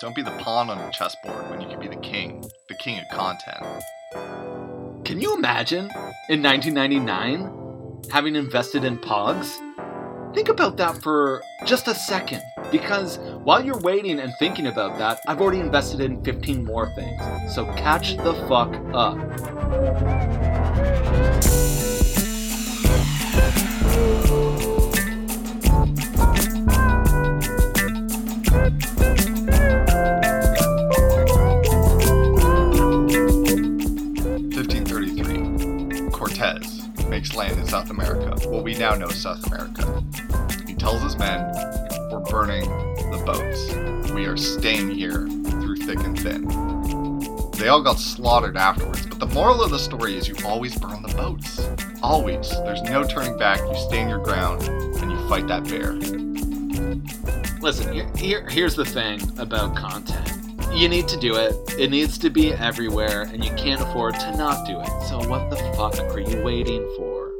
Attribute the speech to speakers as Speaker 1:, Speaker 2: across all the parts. Speaker 1: Don't be the pawn on a chessboard when you could be the king, the king of content.
Speaker 2: Can you imagine in 1999 having invested in Pogs? Think about that for just a second, because while you're waiting and thinking about that, I've already invested in 15 more things. So catch the fuck up.
Speaker 1: Fifteen thirty three. Cortez makes land in South America, what we now know as South America. He tells his men, We're burning the boats. We are staying here through thick and thin. They all got slaughtered afterwards, but the moral of the story is you always burn the boats. Always. There's no turning back. You stand your ground and you fight that bear.
Speaker 2: Listen, here, here, here's the thing about content. You need to do it. It needs to be everywhere, and you can't afford to not do it. So what the fuck are you waiting for?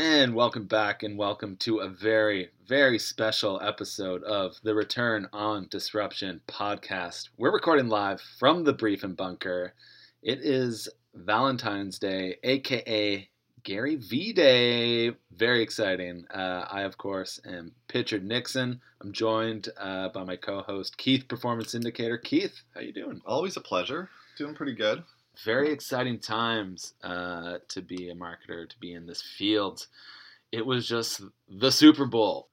Speaker 2: And welcome back, and welcome to a very, very special episode of the Return on Disruption podcast. We're recording live from the Brief and Bunker. It is Valentine's Day, aka Gary V Day. Very exciting. Uh, I, of course, am Pitcher Nixon. I'm joined uh, by my co-host Keith, Performance Indicator. Keith, how you doing?
Speaker 1: Always a pleasure. Doing pretty good.
Speaker 2: Very exciting times uh, to be a marketer, to be in this field. It was just the Super Bowl,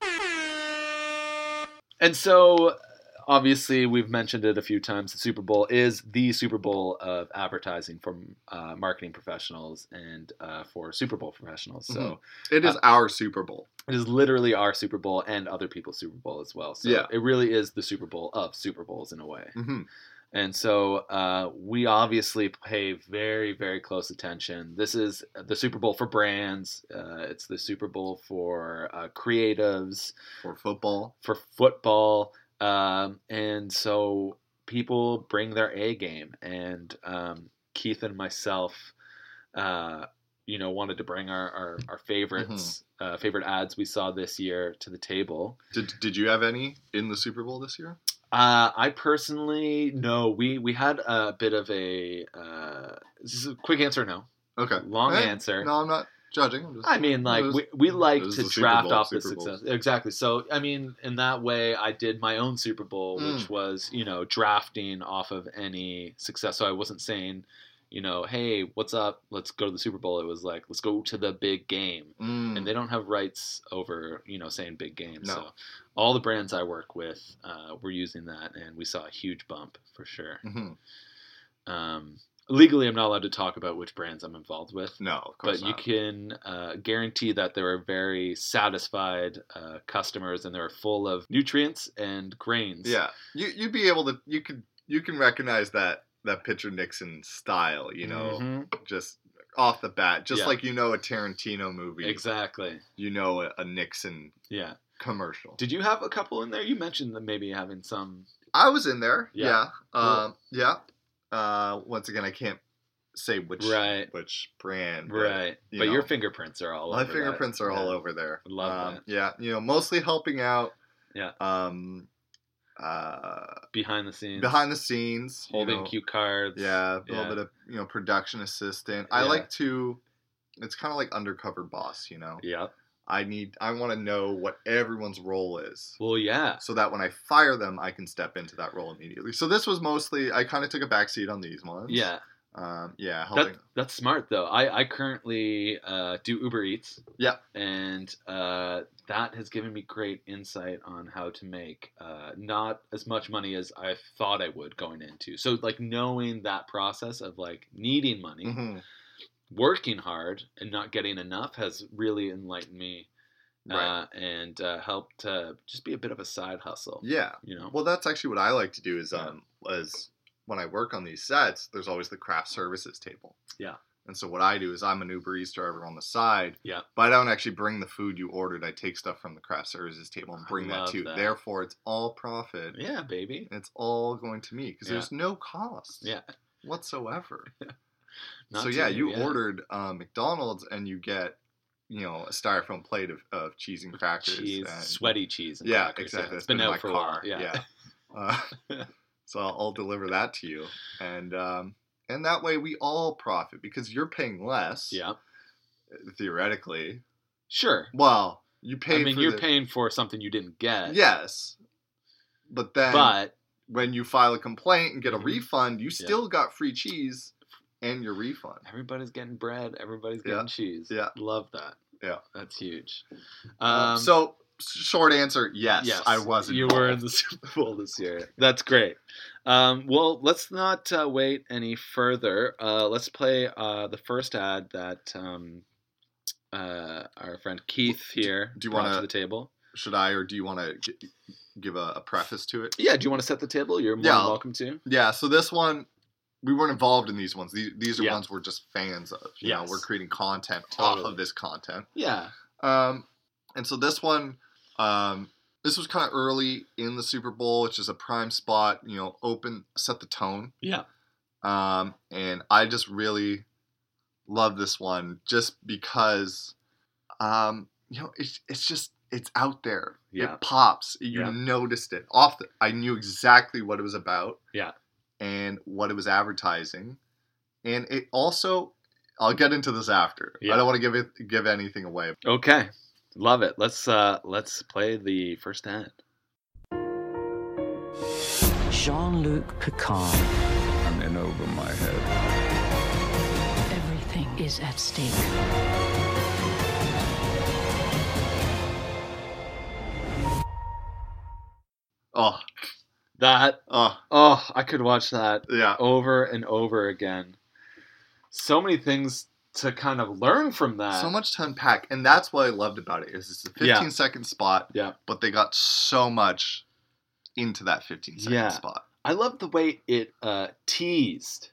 Speaker 2: and so obviously we've mentioned it a few times. The Super Bowl is the Super Bowl of advertising for uh, marketing professionals and uh, for Super Bowl professionals. So.
Speaker 1: Mhm. It is our Super Bowl.
Speaker 2: It is literally our Super Bowl and other people's Super Bowl as well. So
Speaker 1: Yeah.
Speaker 2: it really is the Super Bowl of Super Bowls in a way.
Speaker 1: Mm-hmm.
Speaker 2: And so uh, we obviously pay very, very close attention. This is the Super Bowl for brands. Uh, it's the Super Bowl for uh, creatives,
Speaker 1: For football.
Speaker 2: for football. Um, and so people bring their A game. And um, Keith and myself, uh, you know, wanted to bring our, our, our favorites, uh, favorite ads we saw this year to the table.
Speaker 1: Did, did you have any in the Super Bowl this year?
Speaker 2: Uh, I personally, no, we, we had a bit of a, uh, this is a quick answer, no.
Speaker 1: Okay.
Speaker 2: Long
Speaker 1: Eh,
Speaker 2: answer.
Speaker 1: No, I'm not judging. I'm just,
Speaker 2: I mean, like
Speaker 1: It was-
Speaker 2: we, we like
Speaker 1: it was
Speaker 2: to
Speaker 1: Mm, the Super
Speaker 2: draft
Speaker 1: Bowl,
Speaker 2: off the
Speaker 1: Super Bowls.
Speaker 2: success exactly. So I mean, in that way, I did my own Super Bowl,
Speaker 1: Mm.
Speaker 2: which was you know drafting off of any success. So I wasn't saying, you know, hey, what's up? Let's go to the Super Bowl. It was like let's go to the big game,
Speaker 1: Mm.
Speaker 2: and they don't have rights over you know saying big game.
Speaker 1: No.
Speaker 2: So all the brands I work with uh, were using that, and we saw a huge bump for sure.
Speaker 1: Mhm.
Speaker 2: Um, legally, I'm not allowed to talk about which brands I'm involved with
Speaker 1: No, of course
Speaker 2: but
Speaker 1: not.
Speaker 2: you can uh, guarantee that there are very satisfied uh, customers and they're full of nutrients and grains.
Speaker 1: Yeah, you you'd be able to you could you can recognize that that pitcher Nixon style, you know,
Speaker 2: Mhm.
Speaker 1: just off the bat, just
Speaker 2: Yeah.
Speaker 1: like you know a Tarantino movie,
Speaker 2: exactly.
Speaker 1: you know a, a Nixon
Speaker 2: Yeah.
Speaker 1: commercial.
Speaker 2: Did you have a couple in there? You mentioned that maybe having some.
Speaker 1: I was in there, yeah,
Speaker 2: Yeah.
Speaker 1: Um, yeah. Uh, once again, I can't say which
Speaker 2: Right.
Speaker 1: which brand, but
Speaker 2: Right.
Speaker 1: you
Speaker 2: but
Speaker 1: know.
Speaker 2: your fingerprints are all
Speaker 1: My
Speaker 2: over. that.
Speaker 1: fingerprints are all
Speaker 2: Yeah.
Speaker 1: over there.
Speaker 2: I love
Speaker 1: um,
Speaker 2: that.
Speaker 1: Yeah, you know, mostly helping out.
Speaker 2: Yeah.
Speaker 1: Um. Uh,
Speaker 2: Behind the scenes.
Speaker 1: behind the scenes, you
Speaker 2: Holding
Speaker 1: know.
Speaker 2: cue cards.
Speaker 1: Yeah, a little
Speaker 2: Yeah.
Speaker 1: bit of you know production assistant. I
Speaker 2: Yeah.
Speaker 1: like to. It's kind of like undercover boss, you know.
Speaker 2: Yeah.
Speaker 1: I need. I want to know what everyone's role is,
Speaker 2: Well, yeah.
Speaker 1: so that when I fire them, I can step into that role immediately. So this was mostly. I kind of took a backseat on these ones.
Speaker 2: Yeah.
Speaker 1: Um. Yeah. Helping.
Speaker 2: That, that's smart though. I, I currently uh, do Uber Eats.
Speaker 1: Yeah.
Speaker 2: And uh, that has given me great insight on how to make uh, not as much money as I thought I would going into. So like knowing that process of like needing money,
Speaker 1: Mhm.
Speaker 2: working hard, and not getting enough has really enlightened me
Speaker 1: Right.
Speaker 2: uh, and uh, helped to just be a bit of a side hustle.
Speaker 1: yeah.
Speaker 2: You know.
Speaker 1: Well, that's actually what I like to do. Is
Speaker 2: Yeah.
Speaker 1: um is when I work on these sets, there's always the craft services table.
Speaker 2: Yeah.
Speaker 1: And so what I do is I'm an Uber Eats driver on the side.
Speaker 2: Yeah.
Speaker 1: But I don't actually bring the food you ordered. I take stuff from the craft services table and
Speaker 2: I
Speaker 1: bring that
Speaker 2: love
Speaker 1: to. you.
Speaker 2: that.
Speaker 1: Therefore, it's all profit.
Speaker 2: yeah, baby.
Speaker 1: It's all going to me because
Speaker 2: Yeah.
Speaker 1: there's no cost.
Speaker 2: Yeah.
Speaker 1: Whatsoever.
Speaker 2: Not
Speaker 1: so
Speaker 2: to
Speaker 1: yeah,
Speaker 2: me,
Speaker 1: you ordered uh, McDonald's and you get you know a styrofoam plate of, of cheese and crackers.
Speaker 2: cheese,
Speaker 1: and,
Speaker 2: sweaty cheese. And
Speaker 1: yeah,
Speaker 2: crackers,
Speaker 1: exactly. That's
Speaker 2: it's been,
Speaker 1: in my
Speaker 2: out for a while.
Speaker 1: car.
Speaker 2: Yeah.
Speaker 1: yeah. Uh, so I'll, I'll deliver that to you, and um, and that way we all profit because you're paying less. uh,
Speaker 2: Yeah.
Speaker 1: Theoretically,
Speaker 2: Sure.
Speaker 1: well, you pay.
Speaker 2: I mean,
Speaker 1: for
Speaker 2: you're
Speaker 1: the-
Speaker 2: paying for something you didn't get.
Speaker 1: Yes, but then
Speaker 2: But
Speaker 1: when you file a complaint and get a
Speaker 2: Mhm.
Speaker 1: refund, you still got free cheese and your refund.
Speaker 2: everybody's getting bread. Everybody's
Speaker 1: Yeah.
Speaker 2: getting cheese.
Speaker 1: Yeah.
Speaker 2: Love that.
Speaker 1: Yeah.
Speaker 2: That's huge.
Speaker 1: Um,
Speaker 2: Um,
Speaker 1: so, s- short answer: yes, I was.
Speaker 2: You
Speaker 1: involved.
Speaker 2: were in the Super Bowl this year. That's great. Um, well, let's not uh, wait any further. Uh, let's play uh, the first ad that um, uh, our friend Keith here
Speaker 1: Do you
Speaker 2: brought
Speaker 1: wanna-
Speaker 2: to the table.
Speaker 1: Should I, or do you want to give a, a preface to it?
Speaker 2: Yeah, do you want to set the table? You're more
Speaker 1: Yeah,
Speaker 2: than
Speaker 1: I'll-
Speaker 2: welcome to.
Speaker 1: Yeah. So this one, we weren't involved in these ones. These, these are
Speaker 2: Yeah.
Speaker 1: ones we're just fans of. You know,
Speaker 2: Yes.
Speaker 1: we're creating content off
Speaker 2: Totally.
Speaker 1: of this content.
Speaker 2: Yeah.
Speaker 1: Um, and so this one, um, this was kind of early in the Super Bowl, which is a prime spot. You know, open, set the tone.
Speaker 2: Yeah.
Speaker 1: Um, and I just really love this one just because, um, you know, it's, it's just, it's out there.
Speaker 2: Yeah.
Speaker 1: It pops. You
Speaker 2: Yeah.
Speaker 1: noticed it off. The, I knew exactly what it was about.
Speaker 2: Yeah.
Speaker 1: And what it was advertising. And it also, I'll get into this after.
Speaker 2: Yeah.
Speaker 1: I don't want to give it, give anything away.
Speaker 2: Okay. Love it. Let's uh, let's play the first ad.
Speaker 3: Jean Luc Picard.
Speaker 4: I'm in over my head.
Speaker 3: Everything is at stake.
Speaker 1: Oh,
Speaker 2: That
Speaker 1: oh,
Speaker 2: oh, I could watch that
Speaker 1: yeah.
Speaker 2: over and over again. So many things to kind of learn from that.
Speaker 1: So much to unpack, and that's what I loved about it. Is it's a 15
Speaker 2: Uh, Yeah.
Speaker 1: second spot,
Speaker 2: Yeah.
Speaker 1: but they got so much into that 15 second
Speaker 2: Yeah.
Speaker 1: spot.
Speaker 2: I love the way it uh, teased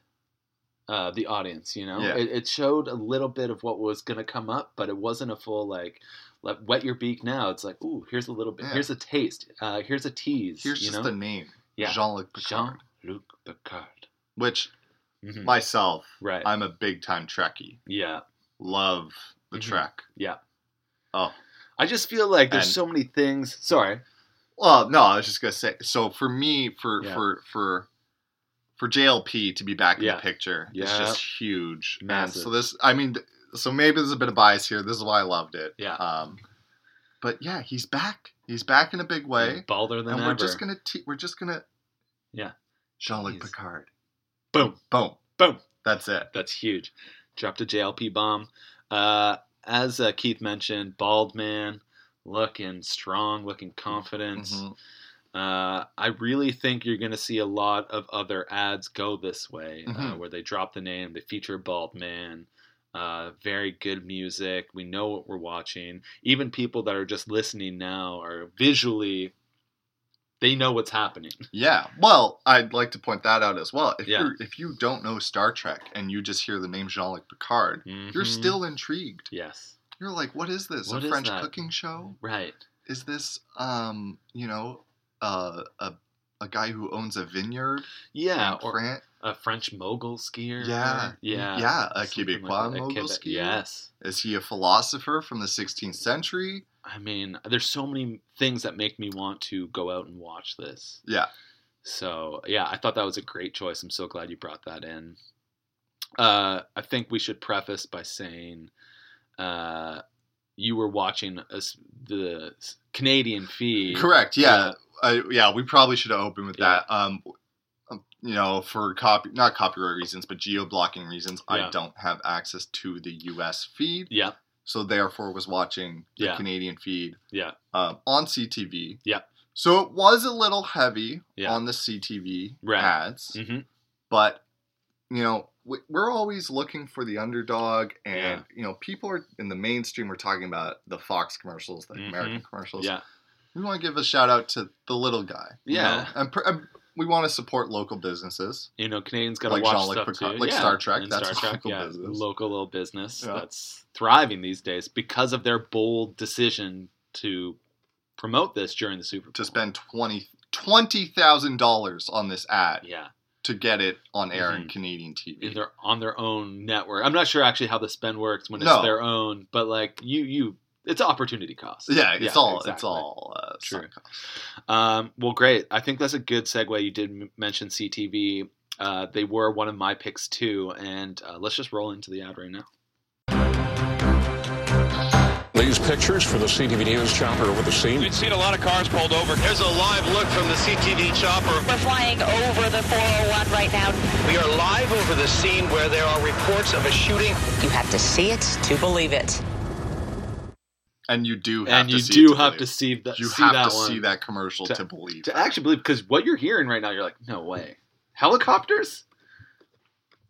Speaker 2: uh, the audience. You know,
Speaker 1: Yeah.
Speaker 2: it, it showed a little bit of what was going to come up, but it wasn't a full like let, wet your beak now. It's like, ooh, here's a little bit.
Speaker 1: Yeah.
Speaker 2: Here's a taste. Uh, here's a tease.
Speaker 1: Here's
Speaker 2: you
Speaker 1: just
Speaker 2: know?
Speaker 1: the name,
Speaker 2: Yeah.
Speaker 1: Jean Luc Picard,
Speaker 2: Jean Luc Picard.
Speaker 1: which
Speaker 2: Mhm.
Speaker 1: myself,
Speaker 2: Right.
Speaker 1: I'm a big time Trekkie.
Speaker 2: yeah.
Speaker 1: Love the
Speaker 2: Mhm.
Speaker 1: Trek.
Speaker 2: Yeah.
Speaker 1: Oh,
Speaker 2: I just feel like there's
Speaker 1: And-
Speaker 2: so many things. Sorry.
Speaker 1: well, no, I was just gonna say. So for me, for
Speaker 2: Yeah.
Speaker 1: for for for JLP to be back in
Speaker 2: Yeah.
Speaker 1: the picture, it's
Speaker 2: Yeah.
Speaker 1: just huge.
Speaker 2: Massive.
Speaker 1: And so this, I mean, th- so maybe there's a bit of bias here. This is why I loved it.
Speaker 2: Yeah.
Speaker 1: Um, but yeah, he's back. He's back in a big way,
Speaker 2: Balder than
Speaker 1: and
Speaker 2: ever.
Speaker 1: we're just gonna te- we're just gonna
Speaker 2: Yeah.
Speaker 1: Jean Luc
Speaker 2: He's-
Speaker 1: Picard.
Speaker 2: Boom.
Speaker 1: Boom.
Speaker 2: Boom.
Speaker 1: That's it.
Speaker 2: That's huge. Dropped a JLP bomb. Uh, as uh, Keith mentioned, bald man, looking strong, looking confident.
Speaker 1: Mhm.
Speaker 2: Uh, I really think you're going to see a lot of other ads go this way, uh,
Speaker 1: Mhm.
Speaker 2: where they drop the name, they feature a bald man. Uh, very good music. We know what we're watching. Even people that are just listening now are visually, they know what's happening.
Speaker 1: Yeah. Well, I'd like to point that out as well. If
Speaker 2: Yeah.
Speaker 1: you're if you don't know Star Trek and you just hear the name Jean Luc Picard, you're
Speaker 2: Mhm.
Speaker 1: still intrigued.
Speaker 2: yes,
Speaker 1: You're like, what is this?
Speaker 2: What
Speaker 1: a
Speaker 2: is
Speaker 1: French
Speaker 2: that?
Speaker 1: cooking show?
Speaker 2: right.
Speaker 1: Is this um, you know, uh, a a guy who owns a vineyard?
Speaker 2: Yeah,
Speaker 1: in
Speaker 2: or
Speaker 1: Fran-
Speaker 2: a French mogul skier.
Speaker 1: Yeah.
Speaker 2: yeah,
Speaker 1: yeah, a
Speaker 2: something
Speaker 1: Quebecois
Speaker 2: that. A
Speaker 1: mogul
Speaker 2: Quebe-
Speaker 1: skier?
Speaker 2: Yes,
Speaker 1: Is he a philosopher from the 16th century?
Speaker 2: I mean, there's so many things that make me want to go out and watch this.
Speaker 1: Yeah.
Speaker 2: So yeah, I thought that was a great choice. I'm so glad you brought that in. Uh, I think we should preface by saying, uh, you were watching us the s- Canadian feed.
Speaker 1: Correct. Yeah. I, yeah, we probably should have opened with
Speaker 2: Yeah.
Speaker 1: that. Um, um, you know, for copy not copyright reasons, but geo blocking reasons,
Speaker 2: Yeah.
Speaker 1: I don't have access to the U.S. feed,
Speaker 2: Yeah.
Speaker 1: so therefore was watching the
Speaker 2: Yeah.
Speaker 1: Canadian feed.
Speaker 2: Yeah.
Speaker 1: Um, on CTV.
Speaker 2: Yeah.
Speaker 1: So it was a little heavy
Speaker 2: Yeah.
Speaker 1: on the CTV
Speaker 2: Right.
Speaker 1: ads,
Speaker 2: hmm
Speaker 1: but you know we- we're always looking for the underdog and
Speaker 2: Yeah.
Speaker 1: you know people are in the mainstream we're talking about the fox commercials the
Speaker 2: Mhm.
Speaker 1: american commercials
Speaker 2: Yeah.
Speaker 1: we want to give a shout out to the little guy. you
Speaker 2: Yeah.
Speaker 1: know? and, pr- and we want to support local businesses.
Speaker 2: you know, Canadians gotta
Speaker 1: Like
Speaker 2: watch
Speaker 1: Jean-Luc
Speaker 2: stuff
Speaker 1: Picard-
Speaker 2: too.
Speaker 1: like Star Trek,
Speaker 2: and
Speaker 1: that's a local business.
Speaker 2: local little business
Speaker 1: Yeah.
Speaker 2: that's thriving these days because of their bold decision to promote this during the Super Bowl.
Speaker 1: To spend twenty twenty thousand dollars on this ad,
Speaker 2: yeah,
Speaker 1: to get it on air in
Speaker 2: Mhm.
Speaker 1: Canadian TV.
Speaker 2: in their on their own network. I'm not sure actually how the spend works when it's
Speaker 1: No.
Speaker 2: their own, but like you you it's opportunity cost.
Speaker 1: yeah, it's all it's
Speaker 2: exactly.
Speaker 1: all uh,
Speaker 2: True.
Speaker 1: sunk cost.
Speaker 2: Um, well, great. I think that's a good segue. You did m- mention CTV. Uh, they were one of my picks too, and uh, let's just roll into the ad right now.
Speaker 5: These pictures for the CTV News chopper over the scene.
Speaker 6: We've seen a lot of cars pulled over. Here's a live look from the CTV chopper.
Speaker 7: We're flying over the 401 right now.
Speaker 6: We are live over the scene where there are reports of a shooting.
Speaker 7: You have to see it to believe it.
Speaker 1: And you do have
Speaker 2: And
Speaker 1: to
Speaker 2: you
Speaker 1: see
Speaker 2: do
Speaker 1: to
Speaker 2: have
Speaker 1: believe.
Speaker 2: to see that.
Speaker 1: you
Speaker 2: see
Speaker 1: have
Speaker 2: that
Speaker 1: to
Speaker 2: one
Speaker 1: see that commercial
Speaker 2: To-
Speaker 1: to, believe.
Speaker 2: to actually believe because what you're hearing right now, you're like, no way, helicopters.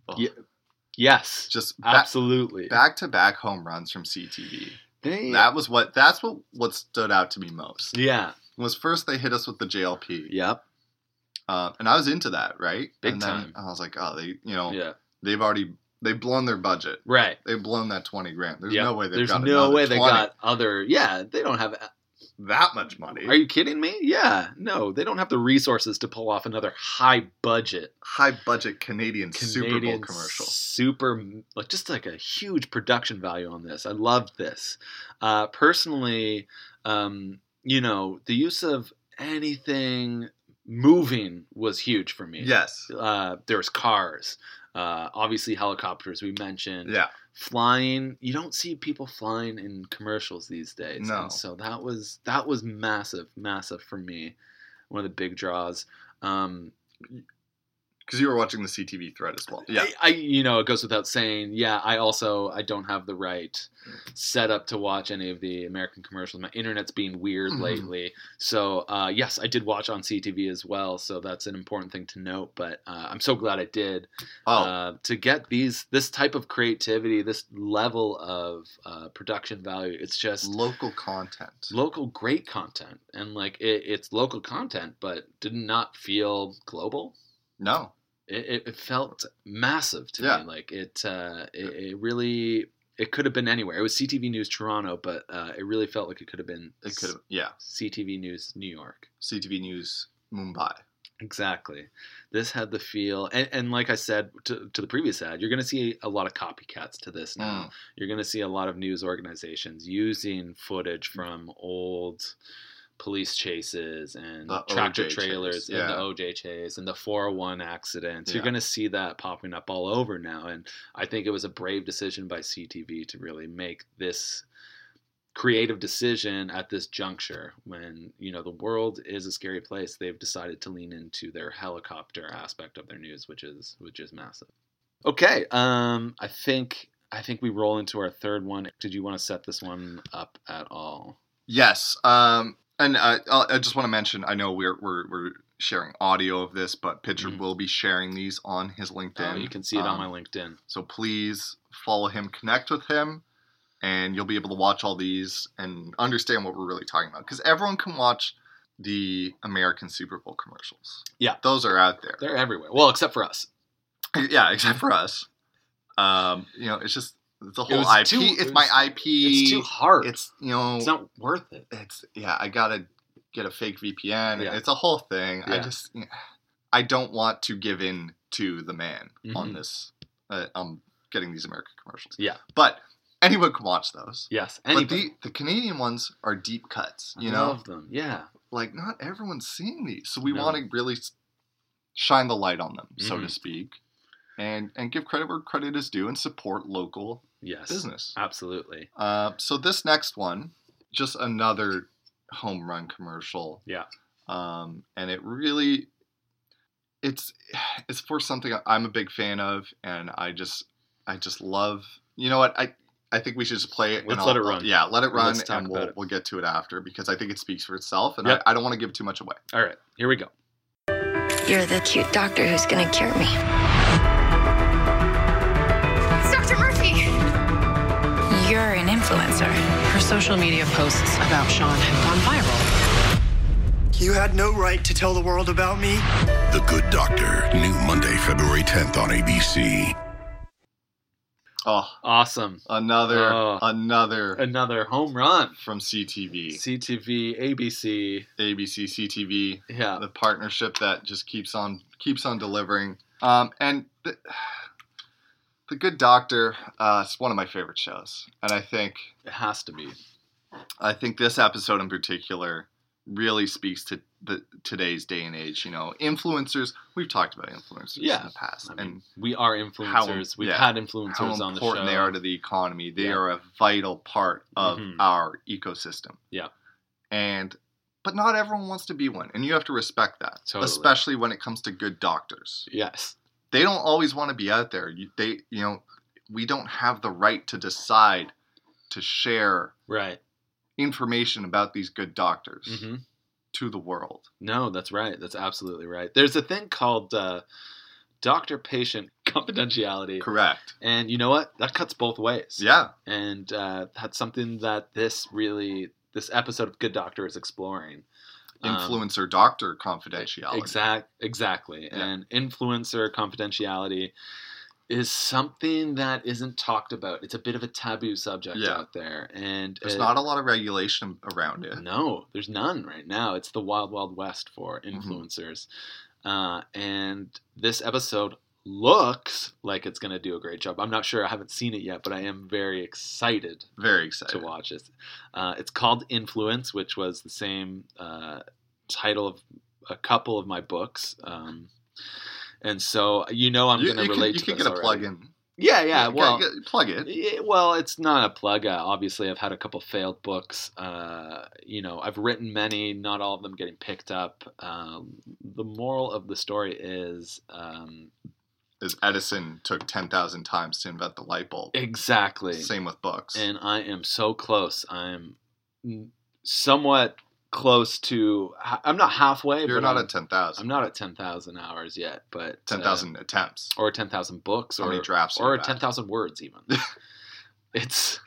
Speaker 1: Ugh.
Speaker 2: Ye- yes,
Speaker 1: just back,
Speaker 2: absolutely.
Speaker 1: back to back home runs from CTV.
Speaker 2: They-
Speaker 1: That was what that's what what stood out to me most.
Speaker 2: yeah,
Speaker 1: Was first they hit us with the JLP.
Speaker 2: yep,
Speaker 1: Um, and I was into that, right?
Speaker 2: Big
Speaker 1: and then
Speaker 2: time.
Speaker 1: I was like, oh, they, you know,
Speaker 2: yeah,
Speaker 1: they've already they've blown their budget.
Speaker 2: right.
Speaker 1: They've blown that twenty grand. There's
Speaker 2: Yep.
Speaker 1: no way they've
Speaker 2: There's
Speaker 1: got
Speaker 2: no
Speaker 1: another
Speaker 2: way they
Speaker 1: 20.
Speaker 2: got other. Yeah, they don't have
Speaker 1: that much money.
Speaker 2: Are you kidding me? Yeah. No, they don't have the resources to pull off another high budget
Speaker 1: High budget Canadian, Super Bowl
Speaker 2: Canadian
Speaker 1: commercial.
Speaker 2: Super, like just like a huge production value on this. I love this. Uh, personally, um, you know, the use of anything moving was huge for me.
Speaker 1: Yes.
Speaker 2: Uh, there's cars, uh, obviously helicopters, we mentioned
Speaker 1: Yeah.
Speaker 2: flying you don't see people flying in commercials these days
Speaker 1: No.
Speaker 2: and so that was that was massive massive for me one of the big draws um
Speaker 1: Because you were watching the CTV thread as well. Yeah.
Speaker 2: I, I you know it goes without saying yeah i also i don't have the right setup to watch any of the american commercials my internet's being weird
Speaker 1: Mhm.
Speaker 2: lately so uh yes i did watch on ctv as well so that's an important thing to note but uh, i'm so glad i did
Speaker 1: Oh,
Speaker 2: uh, to get these this type of creativity, this level of uh, production value. It's just
Speaker 1: local content.
Speaker 2: local great content, and like it, it's local content, but did not feel global.
Speaker 1: no.
Speaker 2: It, it, it felt massive to
Speaker 1: Yeah.
Speaker 2: me. Like it, uh, it, it really. It could have been anywhere. It was CTV News Toronto, but uh, it really felt like it could have been
Speaker 1: It could have, yeah.
Speaker 2: CTV News New York.
Speaker 1: CTV News Mumbai.
Speaker 2: Exactly. This had the feel, and, and like I said to, to the previous ad, you're going to see a lot of copycats to this now.
Speaker 1: Mm.
Speaker 2: You're going to see a lot of news organizations using footage from old police chases and
Speaker 1: The
Speaker 2: tractor
Speaker 1: OJ chase,
Speaker 2: trailers and
Speaker 1: yeah.
Speaker 2: the OJ chase and the 401 accidents. You're
Speaker 1: Yeah.
Speaker 2: going to see that popping up all over now. And I think it was a brave decision by CTV to really make this creative decision at this juncture when you know the world is a scary place they've decided to lean into their helicopter aspect of their news which is which is massive okay um i think i think we roll into our third one did you want to set this one up at all
Speaker 1: Yes. Um, and uh, I'll- I just want to mention, I know we're, we're, we're sharing audio of this, but Pitcher
Speaker 2: Mhm.
Speaker 1: will be sharing these on his LinkedIn.
Speaker 2: Oh, you can see it
Speaker 1: Um,
Speaker 2: on my linkedin
Speaker 1: So please follow him, connect with him, and you'll be able to watch all these and understand what we're really talking about. Because everyone can watch the American Super Bowl commercials.
Speaker 2: Yeah.
Speaker 1: Those are out there.
Speaker 2: they're everywhere well except for us
Speaker 1: yeah, except for us. Um, you know, it's just the whole
Speaker 2: was
Speaker 1: IP.
Speaker 2: too-
Speaker 1: it's
Speaker 2: it
Speaker 1: my
Speaker 2: was-
Speaker 1: IP.
Speaker 2: it's too hard it's,
Speaker 1: It's, you know, it's,
Speaker 2: not worth it
Speaker 1: yeah. I gotta get a fake VPN.
Speaker 2: Yeah.
Speaker 1: It's a whole thing. I
Speaker 2: Yeah.
Speaker 1: just, I don't want to give in to the man on
Speaker 2: Mhm.
Speaker 1: this. Uh, on getting these American commercials.
Speaker 2: Yeah.
Speaker 1: but anyone can watch those.
Speaker 2: yes
Speaker 1: But
Speaker 2: anybody
Speaker 1: the, the Canadian ones are deep cuts. You
Speaker 2: I
Speaker 1: know,
Speaker 2: love them yeah
Speaker 1: like not everyone's seeing these, so we
Speaker 2: No.
Speaker 1: want to really s- shine the light on them, so to
Speaker 2: Mhm.
Speaker 1: speak, and and give credit where credit is due and support local
Speaker 2: yes
Speaker 1: business.
Speaker 2: absolutely
Speaker 1: Uh, so this next one, just another home run commercial.
Speaker 2: Yeah.
Speaker 1: Um, and it really, it's it's for something I'm a big fan of, and I just I just love. You know what I. I think we should just play it. and
Speaker 2: Let's
Speaker 1: I'll-
Speaker 2: let it run.
Speaker 1: Yeah, let it run,
Speaker 2: Let's talk
Speaker 1: and
Speaker 2: about
Speaker 1: we'll,
Speaker 2: it.
Speaker 1: we'll get to it after because I think it speaks for itself, and
Speaker 2: Yep.
Speaker 1: I, I don't want to give too much away.
Speaker 2: all right here we go
Speaker 8: You're the cute doctor who's gonna cure me.
Speaker 9: It's Dr. Murphy.
Speaker 8: You're an influencer.
Speaker 10: Her social media posts about Sean have gone viral.
Speaker 11: You had no right to tell the world about me.
Speaker 5: The Good Doctor, new Monday, February 10th on ABC.
Speaker 1: Oh,
Speaker 2: Awesome.
Speaker 1: another,
Speaker 2: Oh.
Speaker 1: another
Speaker 2: Another home run.
Speaker 1: from CTV,
Speaker 2: CTV, ABC.
Speaker 1: ABC, CTV,
Speaker 2: Yeah.
Speaker 1: the partnership that just keeps on keeps on delivering. Um, and the, the Good Doctor, uh, it's one of my favorite shows, and I think
Speaker 2: It has to be.
Speaker 1: I think this episode in particular really speaks to the today's day and age. You know, influencers. We've talked about influencers
Speaker 2: Yeah.
Speaker 1: in the past,
Speaker 2: I mean,
Speaker 1: and
Speaker 2: we are influencers. We've
Speaker 1: yeah,
Speaker 2: had influencers
Speaker 1: how
Speaker 2: on the
Speaker 1: important
Speaker 2: show.
Speaker 1: they are to the economy. They
Speaker 2: Yeah.
Speaker 1: are a vital part of
Speaker 2: Mhm.
Speaker 1: our ecosystem.
Speaker 2: Yeah.
Speaker 1: And but not everyone wants to be one, and you have to respect that,
Speaker 2: Totally.
Speaker 1: especially when it comes to good doctors.
Speaker 2: yes.
Speaker 1: They don't always want to be out there. You, they, you know, we don't have the right to decide to share
Speaker 2: Right.
Speaker 1: information about these good doctors
Speaker 2: hmm
Speaker 1: to the world.
Speaker 2: No, that's right. That's absolutely right. There's a thing called uh, doctor patient confidentiality.
Speaker 1: Correct.
Speaker 2: And you know what? That cuts both ways.
Speaker 1: Yeah.
Speaker 2: And uh, that's something that this really, this episode of Good Doctor is exploring. Um,
Speaker 1: Influencer doctor confidentiality.
Speaker 2: Exact, exactly.
Speaker 1: Yeah.
Speaker 2: And influencer confidentiality is something that isn't talked about. It's a bit of a taboo subject
Speaker 1: Yeah.
Speaker 2: out there, and
Speaker 1: There's
Speaker 2: it-
Speaker 1: not a lot of regulation around it.
Speaker 2: no, there's none right now. It's the wild, wild west for
Speaker 1: Mhm.
Speaker 2: influencers. Uh, and this episode looks like it's going to do a great job. I'm not sure. I haven't seen it yet, but I am very excited
Speaker 1: Very
Speaker 2: to
Speaker 1: excited.
Speaker 2: watch it. Uh, it's called Influence, which was the same uh, title of a couple of my books. Um, and so you know I'm
Speaker 1: you,
Speaker 2: going to
Speaker 1: you can-
Speaker 2: relate
Speaker 1: you
Speaker 2: to
Speaker 1: can
Speaker 2: this
Speaker 1: get a
Speaker 2: already.
Speaker 1: plug in.
Speaker 2: Yeah, yeah.
Speaker 1: You
Speaker 2: Well,
Speaker 1: gotta get- plug it.
Speaker 2: yeah, well, it's not a plug. Uh, obviously, I've had a couple failed books. Uh, you know, I've written many, not all of them getting picked up. Um, the moral of the story is um,
Speaker 1: As Edison took ten thousand times to invent the light bulb.
Speaker 2: exactly.
Speaker 1: Same with books.
Speaker 2: And I am so close. I'm somewhat close to. I'm not halfway.
Speaker 1: You're
Speaker 2: but
Speaker 1: not
Speaker 2: I'm,
Speaker 1: at ten
Speaker 2: I'm
Speaker 1: thousand.
Speaker 2: not at ten thousand hours yet, but uh,
Speaker 1: Ten thousand attempts.
Speaker 2: or ten thousand books
Speaker 1: How
Speaker 2: or
Speaker 1: many drafts are
Speaker 2: or
Speaker 1: you at?
Speaker 2: ten thousand words even. it's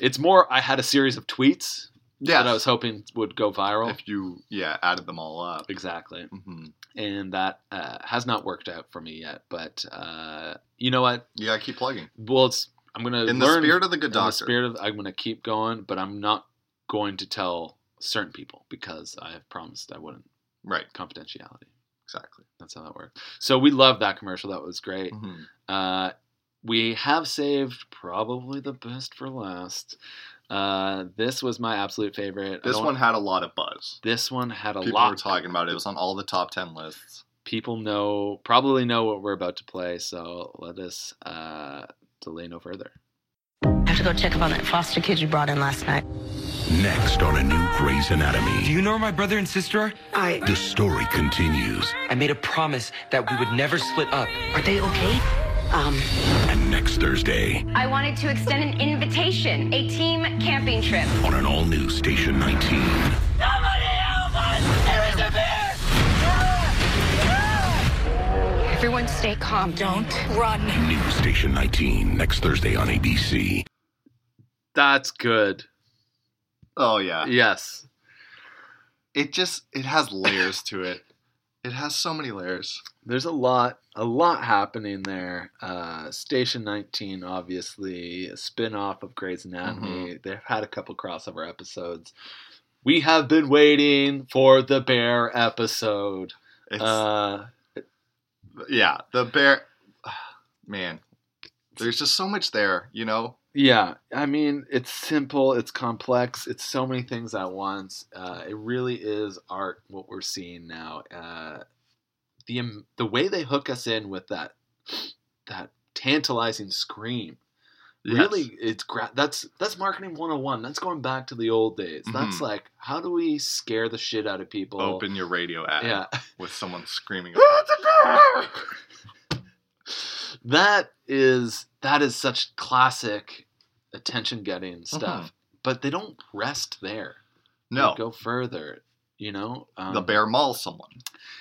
Speaker 2: it's more. I had a series of tweets
Speaker 1: Yeah.
Speaker 2: that I was hoping would go viral.
Speaker 1: If you yeah added them all up.
Speaker 2: exactly.
Speaker 1: hmm
Speaker 2: And that uh, has not worked out for me yet. But uh, you know what?
Speaker 1: You gotta keep plugging.
Speaker 2: Well, it's, I'm going to
Speaker 1: In the
Speaker 2: learn.
Speaker 1: spirit of the good
Speaker 2: in the
Speaker 1: doctor.
Speaker 2: spirit of, I'm going to keep going, but I'm not going to tell certain people because I have promised I wouldn't.
Speaker 1: right.
Speaker 2: Confidentiality.
Speaker 1: Exactly.
Speaker 2: That's how that works. So we love that commercial. That was great.
Speaker 1: hmm
Speaker 2: Uh, we have saved probably the best for last. Uh, this was my absolute favorite. I
Speaker 1: This
Speaker 2: don't-
Speaker 1: one had a lot of buzz.
Speaker 2: This one had a
Speaker 1: People
Speaker 2: lot.
Speaker 1: were talking about it. It was on all the top ten lists.
Speaker 2: people know probably know what we're about to play so let us uh delay no further
Speaker 7: I have to go check up on that foster kid you brought in last night.
Speaker 4: Next on a new Grey's
Speaker 12: Do
Speaker 4: Anatomy,
Speaker 12: you know where my brother and sister are?
Speaker 8: I.
Speaker 4: the story continues.
Speaker 12: I made a promise that we would never split up.
Speaker 3: Are they okay?
Speaker 7: Um,
Speaker 4: And next Thursday
Speaker 9: I wanted to extend an invitation, a team camping trip.
Speaker 4: on an all new Station 19.
Speaker 9: Everyone stay calm. Don't run.
Speaker 4: New Station 19, next Thursday on ABC.
Speaker 2: that's good
Speaker 1: Oh yeah.
Speaker 2: yes
Speaker 1: It just it has layers to it. It has so many layers.
Speaker 2: there's a lot a lot happening there uh station 19 obviously a spin-off of Grey's anatomy they've had a couple crossover episodes we have been waiting for the bear episode
Speaker 1: It's
Speaker 2: uh
Speaker 1: yeah. The bear. Man, there's just so much there. You know.
Speaker 2: Yeah, I mean, it's simple, it's complex, it's so many things at once. Uh, it really is art what we're seeing now. Uh, the am- the way they hook us in with that that tantalizing scream.
Speaker 1: Yes.
Speaker 2: Really, it's gra- that's that's marketing 101. That's going back to the old days. That's
Speaker 1: Mhm.
Speaker 2: like how do we scare the shit out of people?
Speaker 1: open your radio ad
Speaker 2: Yeah.
Speaker 1: with someone screaming.
Speaker 2: that is that is such classic attention getting stuff. But they don't rest there.
Speaker 1: Mm-hmm.
Speaker 2: They
Speaker 1: no,
Speaker 2: go further. You know, um,
Speaker 1: the bear mauls someone.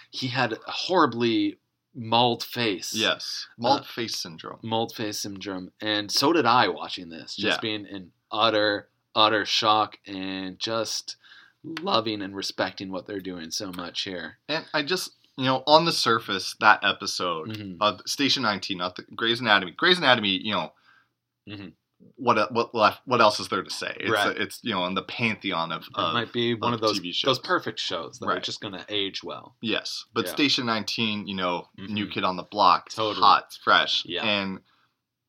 Speaker 2: He had a horribly mauled face.
Speaker 1: Yes,
Speaker 2: Uh,
Speaker 1: mauled face syndrome.
Speaker 2: mauled face syndrome, and so did I watching this. Just
Speaker 1: Yeah.
Speaker 2: being in utter utter shock and just loving and respecting what they're doing so much here.
Speaker 1: And I just, you know, on the surface, that episode
Speaker 2: Mhm.
Speaker 1: of Station 19, not the Grey's Anatomy. Grey's Anatomy, you know,
Speaker 2: Mhm.
Speaker 1: What what left? What else is there to say? It's
Speaker 2: Right.
Speaker 1: it's you know on the pantheon of,
Speaker 2: It
Speaker 1: of
Speaker 2: might be one
Speaker 1: of
Speaker 2: of those
Speaker 1: TV shows.
Speaker 2: those perfect shows that are
Speaker 1: Right.
Speaker 2: just going to age well.
Speaker 1: Yes, but
Speaker 2: Yeah.
Speaker 1: Station 19, you know, new
Speaker 2: Mhm.
Speaker 1: kid on the block, it's
Speaker 2: Totally.
Speaker 1: hot, it's fresh.
Speaker 2: Yeah.
Speaker 1: And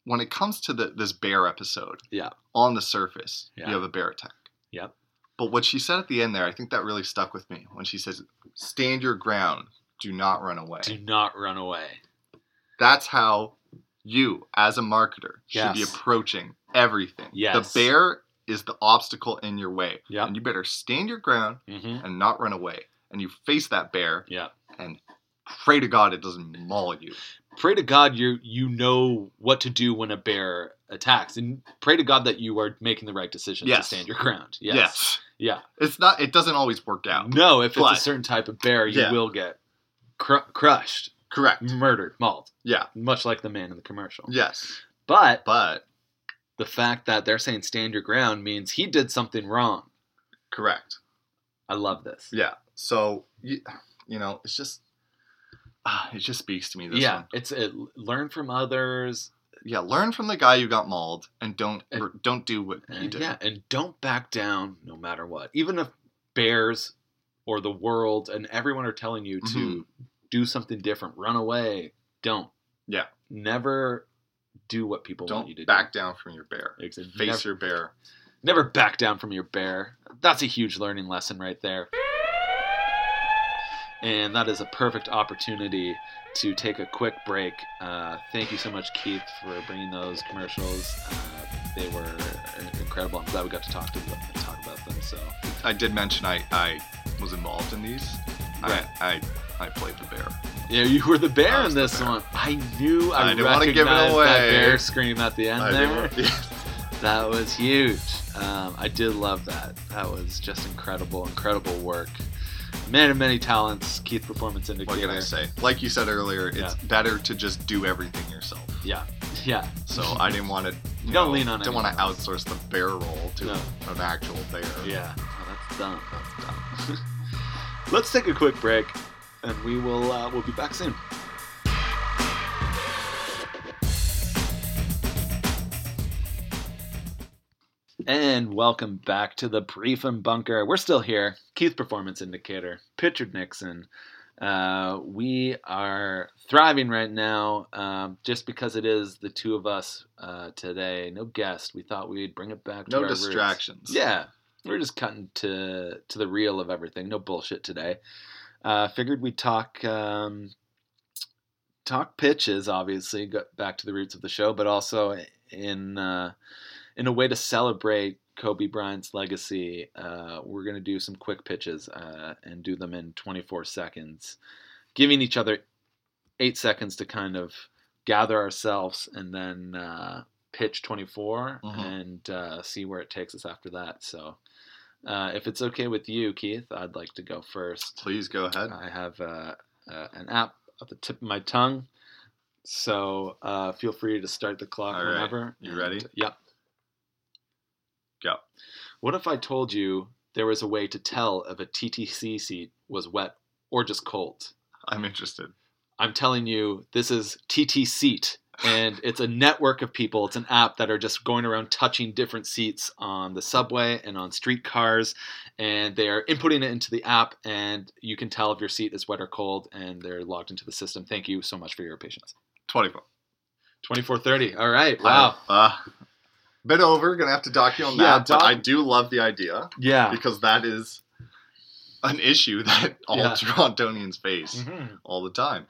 Speaker 1: when it comes to the this bear episode,
Speaker 2: Yeah.
Speaker 1: on the surface,
Speaker 2: Yeah.
Speaker 1: you have a bear attack.
Speaker 2: Yep.
Speaker 1: But what she said at the end there, I think that really stuck with me when she says, "Stand your ground, do not run away."
Speaker 2: Do not run away.
Speaker 1: That's how you, as a marketer, should be
Speaker 2: Yes.
Speaker 1: approaching everything.
Speaker 2: Yes.
Speaker 1: The bear is the obstacle in your way,
Speaker 2: Yep.
Speaker 1: and you better stand your ground
Speaker 2: Mm-hmm.
Speaker 1: and not run away. And you face that bear,
Speaker 2: Yeah.
Speaker 1: and pray to God it doesn't maul you.
Speaker 2: Pray to God you you know what to do when a bear attacks, and pray to God that you are making the right decision to
Speaker 1: Yes.
Speaker 2: stand your ground.
Speaker 1: Yes.
Speaker 2: Yes. Yeah.
Speaker 1: It's not it doesn't always work out.
Speaker 2: No, if
Speaker 1: But-
Speaker 2: it's a certain type of bear, you
Speaker 1: Yeah.
Speaker 2: will get cr- crushed,
Speaker 1: Correct.
Speaker 2: murdered, mauled,
Speaker 1: Yeah.
Speaker 2: much like the man in the commercial.
Speaker 1: Yes.
Speaker 2: But
Speaker 1: But
Speaker 2: the fact that they're saying stand your ground means he did something wrong.
Speaker 1: correct.
Speaker 2: I love this.
Speaker 1: Yeah. So you, you know, it's just ah, it just speaks to me this
Speaker 2: yeah,
Speaker 1: one.
Speaker 2: it's it, learn from others.
Speaker 1: Yeah, learn from the guy who got mauled and don't
Speaker 2: And-
Speaker 1: re- don't do what he
Speaker 2: And,
Speaker 1: did.
Speaker 2: yeah, and don't back down no matter what. Even if bears or the world and everyone are telling you to
Speaker 1: Mm-hmm.
Speaker 2: do something different, run away, don't.
Speaker 1: Yeah.
Speaker 2: Never do what people want
Speaker 1: Don't
Speaker 2: you to
Speaker 1: back
Speaker 2: do.
Speaker 1: down from your bear.
Speaker 2: Exa-
Speaker 1: Face
Speaker 2: never-
Speaker 1: your bear.
Speaker 2: Never back down from your bear. That's a huge learning lesson right there. And that is a perfect opportunity to take a quick break. Uh, thank you so much, Keith, for bringing those commercials. Uh, they were incredible. I'm glad we got to talk to them, talk about them. So
Speaker 1: I did mention I I was involved in these.
Speaker 2: Right.
Speaker 1: I, I I played the bear.
Speaker 2: yeah, you were the bear
Speaker 1: I was
Speaker 2: in
Speaker 1: the
Speaker 2: this
Speaker 1: bear.
Speaker 2: one. I knew I,
Speaker 1: I didn't wanna
Speaker 2: recognized
Speaker 1: give it
Speaker 2: that
Speaker 1: away.
Speaker 2: bear scream at the end
Speaker 1: I
Speaker 2: there.
Speaker 1: did- yes.
Speaker 2: That was huge. Um, I did love that. That was just incredible, incredible work. Man of many talents, Keith Performance Indicator.
Speaker 1: What can I say? Like you said earlier, it's
Speaker 2: Yeah.
Speaker 1: better to just do everything yourself.
Speaker 2: Yeah, yeah.
Speaker 1: So I didn't want to. You
Speaker 2: Don't
Speaker 1: know,
Speaker 2: lean on
Speaker 1: Didn't
Speaker 2: anyone
Speaker 1: want to outsource the bear roll to
Speaker 2: No.
Speaker 1: an actual bear.
Speaker 2: Yeah, oh, that's dumb. That's dumb. Let's take a quick break, and we will uh, we'll be back soon. And welcome back to the Brief and Bunker. We're still here. Keith Performance Indicator, Pictured Nixon. Uh, we are thriving right now um, just because it is the two of us uh, today. No guest. We thought we'd bring it back to
Speaker 1: No
Speaker 2: our roots.
Speaker 1: distractions.
Speaker 2: Yeah, we're just cutting to to the real of everything. No bullshit today. Uh, figured we'd talk um, talk pitches, obviously, go back to the roots of the show, but also in uh, in a way to celebrate Kobe Bryant's legacy. Uh, we're gonna do some quick pitches uh, and do them in 24 seconds, giving each other eight seconds to kind of gather ourselves and then uh, pitch 24
Speaker 1: Mhm.
Speaker 2: and uh, see where it takes us after that. So, uh, if it's okay with you, Keith, I'd like to go first.
Speaker 1: Please go ahead.
Speaker 2: I have uh, uh, an app at the tip of my tongue, so uh, feel free to start the clock
Speaker 1: All right.
Speaker 2: whenever.
Speaker 1: You ready?
Speaker 2: Yep.
Speaker 1: Go.
Speaker 2: What if I told you there was a way to tell if a TTC seat was wet or just cold?
Speaker 1: I'm interested.
Speaker 2: I'm telling you, this is TT Seat, and it's a network of people. It's an app that are just going around touching different seats on the subway and on streetcars, and they are inputting it into the app, and you can tell if your seat is wet or cold, and they're logged into the system. Thank you so much for your patience.
Speaker 1: 24.
Speaker 2: 2430. All right. Wow.
Speaker 1: Uh, bit over. Gonna have to dock you on that.
Speaker 2: Yeah,
Speaker 1: but
Speaker 2: doc-
Speaker 1: I do love the idea
Speaker 2: Yeah.
Speaker 1: because that is an issue that all
Speaker 2: Yeah. Mm-hmm.
Speaker 1: Torontonians face all the time.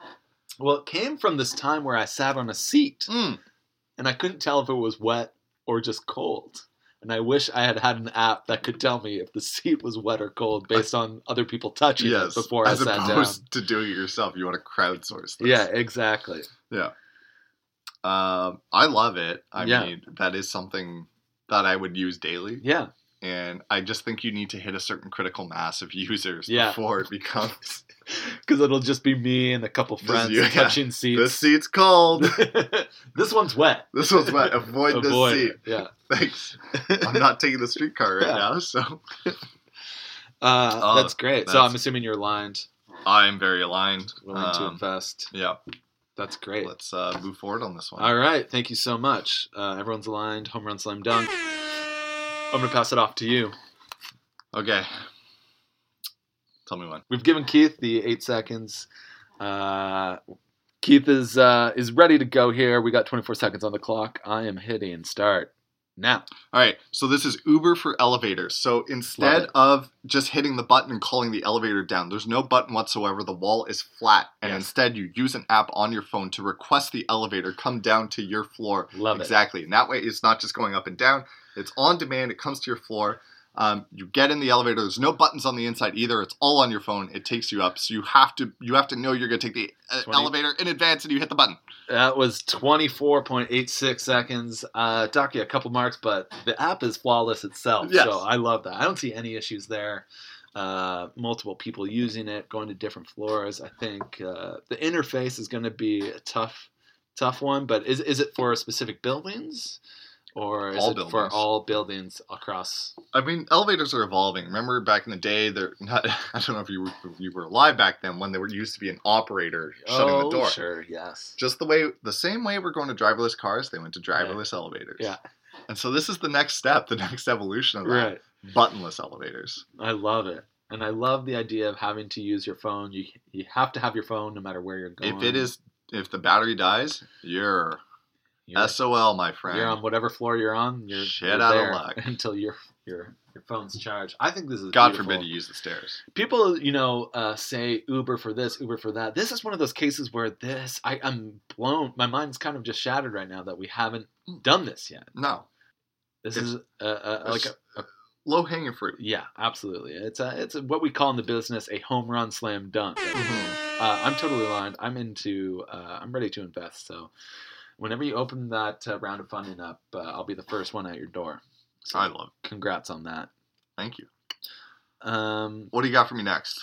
Speaker 2: Well, it came from this time where I sat on a seat,
Speaker 1: Mm,
Speaker 2: and I couldn't tell if it was wet or just cold. And I wish I had had an app that could tell me if the seat was wet or cold based on other people touching
Speaker 1: yes.
Speaker 2: it before I
Speaker 1: As
Speaker 2: sat down.
Speaker 1: opposed to doing it yourself, you want to crowdsource this.
Speaker 2: Yeah, exactly.
Speaker 1: Um, I love it. I
Speaker 2: Yeah.
Speaker 1: mean, that is something that I would use daily,
Speaker 2: Yeah,
Speaker 1: and I just think you need to hit a certain critical mass of users
Speaker 2: Yeah.
Speaker 1: before it becomes
Speaker 2: because it'll just be me and a couple friends
Speaker 1: you- yeah.
Speaker 2: touching seats.
Speaker 1: this seat's cold.
Speaker 2: this one's wet.
Speaker 1: This one's wet. Avoid,
Speaker 2: Avoid
Speaker 1: this seat.
Speaker 2: it, Yeah.
Speaker 1: Thanks. I'm not taking the streetcar right
Speaker 2: Yeah.
Speaker 1: now, so
Speaker 2: Uh,
Speaker 1: Oh,
Speaker 2: that's great. so
Speaker 1: that's-
Speaker 2: I'm assuming you're aligned,
Speaker 1: I'm very aligned.
Speaker 2: willing to
Speaker 1: Um,
Speaker 2: invest.
Speaker 1: yeah,
Speaker 2: That's great.
Speaker 1: Let's uh, move forward on this one.
Speaker 2: All right. Thank you so much. Uh, everyone's aligned. Home run, slam dunk. I'm going to pass it off to you.
Speaker 1: Okay. Tell me one.
Speaker 2: We've given Keith the eight seconds. Uh, Keith is uh, is ready to go here. We got 24 seconds on the clock. I am hitting start now.
Speaker 1: All right. So this is Uber for elevators. So instead
Speaker 2: it.
Speaker 1: of just hitting the button and calling the elevator down, there's no button whatsoever. The wall is flat, and
Speaker 2: Yes.
Speaker 1: instead you use an app on your phone to request the elevator come down to your floor.
Speaker 2: Love it.
Speaker 1: exactly. And that way, it's not just going up and down. It's on demand. It comes to your floor. Um, you get in the elevator. There's no buttons on the inside either. It's all on your phone. It takes you up. So you have to you have to know you're going to take the uh,
Speaker 2: 20.
Speaker 1: elevator in advance, and you hit the button.
Speaker 2: That was 24.86 seconds. Uh, dock you a couple marks, but the app is flawless itself.
Speaker 1: Yes.
Speaker 2: So I love that. I don't see any issues there. Uh, multiple people using it, going to different floors. I think uh, the interface is going to be a tough, tough one. But is is it for specific buildings, or is
Speaker 1: All
Speaker 2: it for
Speaker 1: buildings.
Speaker 2: all buildings across?
Speaker 1: I mean, elevators are evolving. Remember back in the day, they're not, I don't know if you were, if you were alive back then when there were, used to be an operator shutting
Speaker 2: oh,
Speaker 1: the door.
Speaker 2: Sure. Yes.
Speaker 1: Just the way, the same way we're going to driverless cars, they went to driverless elevators.
Speaker 2: Yeah.
Speaker 1: And so this is the next step, the next evolution of that.
Speaker 2: Right.
Speaker 1: Buttonless elevators.
Speaker 2: I love it. And I love the idea of having to use your phone. You you have to have your phone no matter where you're going.
Speaker 1: If it is, if the battery dies, you're,
Speaker 2: You're-
Speaker 1: SOL, my friend.
Speaker 2: You're on whatever floor you're on. You're
Speaker 1: Shit
Speaker 2: you're
Speaker 1: outta
Speaker 2: there
Speaker 1: luck.
Speaker 2: until your your your phone's charged. I think this is
Speaker 1: God
Speaker 2: beautiful.
Speaker 1: forbid you use the stairs.
Speaker 2: People, you know, uh, say Uber for this, Uber for that. This is one of those cases where this I, I'm blown. My mind's kind of just shattered right now that we haven't done this yet.
Speaker 1: No.
Speaker 2: This
Speaker 1: It's-
Speaker 2: is uh uh like a,
Speaker 1: Low hanging fruit.
Speaker 2: yeah, absolutely. It's a, it's a, what we call in the business a home run slam dunk.
Speaker 1: Mm-hmm.
Speaker 2: Uh, I'm totally aligned. I'm into. Uh, I'm ready to invest. So, whenever you open that uh, round of funding up, uh, I'll be the first one at your door. So,
Speaker 1: I love
Speaker 2: Congrats on that.
Speaker 1: it. Thank you.
Speaker 2: Um,
Speaker 1: What do you got for me next?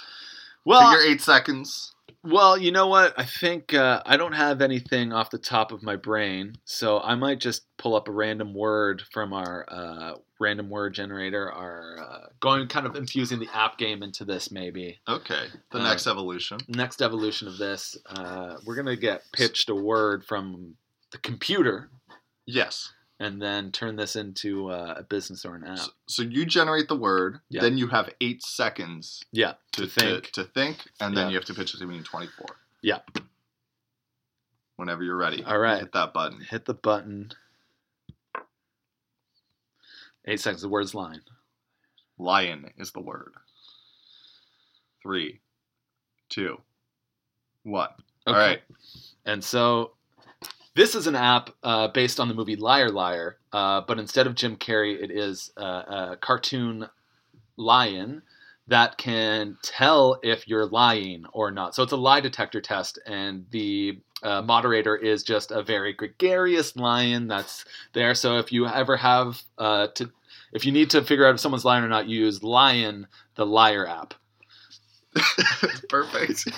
Speaker 2: well,
Speaker 1: Figure eight seconds.
Speaker 2: well, you know what? I think uh, I don't have anything off the top of my brain, so I might just pull up a random word from our uh, random word generator. Our uh, going kind of infusing the app game into this maybe.
Speaker 1: Okay. The
Speaker 2: Um,
Speaker 1: next evolution.
Speaker 2: next evolution of this, uh, we're gonna get pitched a word from the computer
Speaker 1: Yes.
Speaker 2: and then turn this into uh, a business or an app.
Speaker 1: So, so you generate the word,
Speaker 2: Yeah.
Speaker 1: then you have eight seconds
Speaker 2: yeah,
Speaker 1: to, think, to, think, and then
Speaker 2: Yeah.
Speaker 1: you have to pitch it to me in 24.
Speaker 2: Yeah.
Speaker 1: Whenever you're ready.
Speaker 2: All right.
Speaker 1: Hit that button.
Speaker 2: Hit the button. Eight seconds. The words line.
Speaker 1: Lion is the word. Three, two, one. All right.
Speaker 2: And so this is an app uh, based on the movie Liar Liar, uh, but instead of Jim Carrey, it is uh, a cartoon lion that can tell if you're lying or not. So it's a lie detector test, and the uh, moderator is just a very gregarious lion that's there. So if you ever have uh, to, if you need to figure out if someone's lying or not, you use Lion, the Liar app.
Speaker 1: Perfect.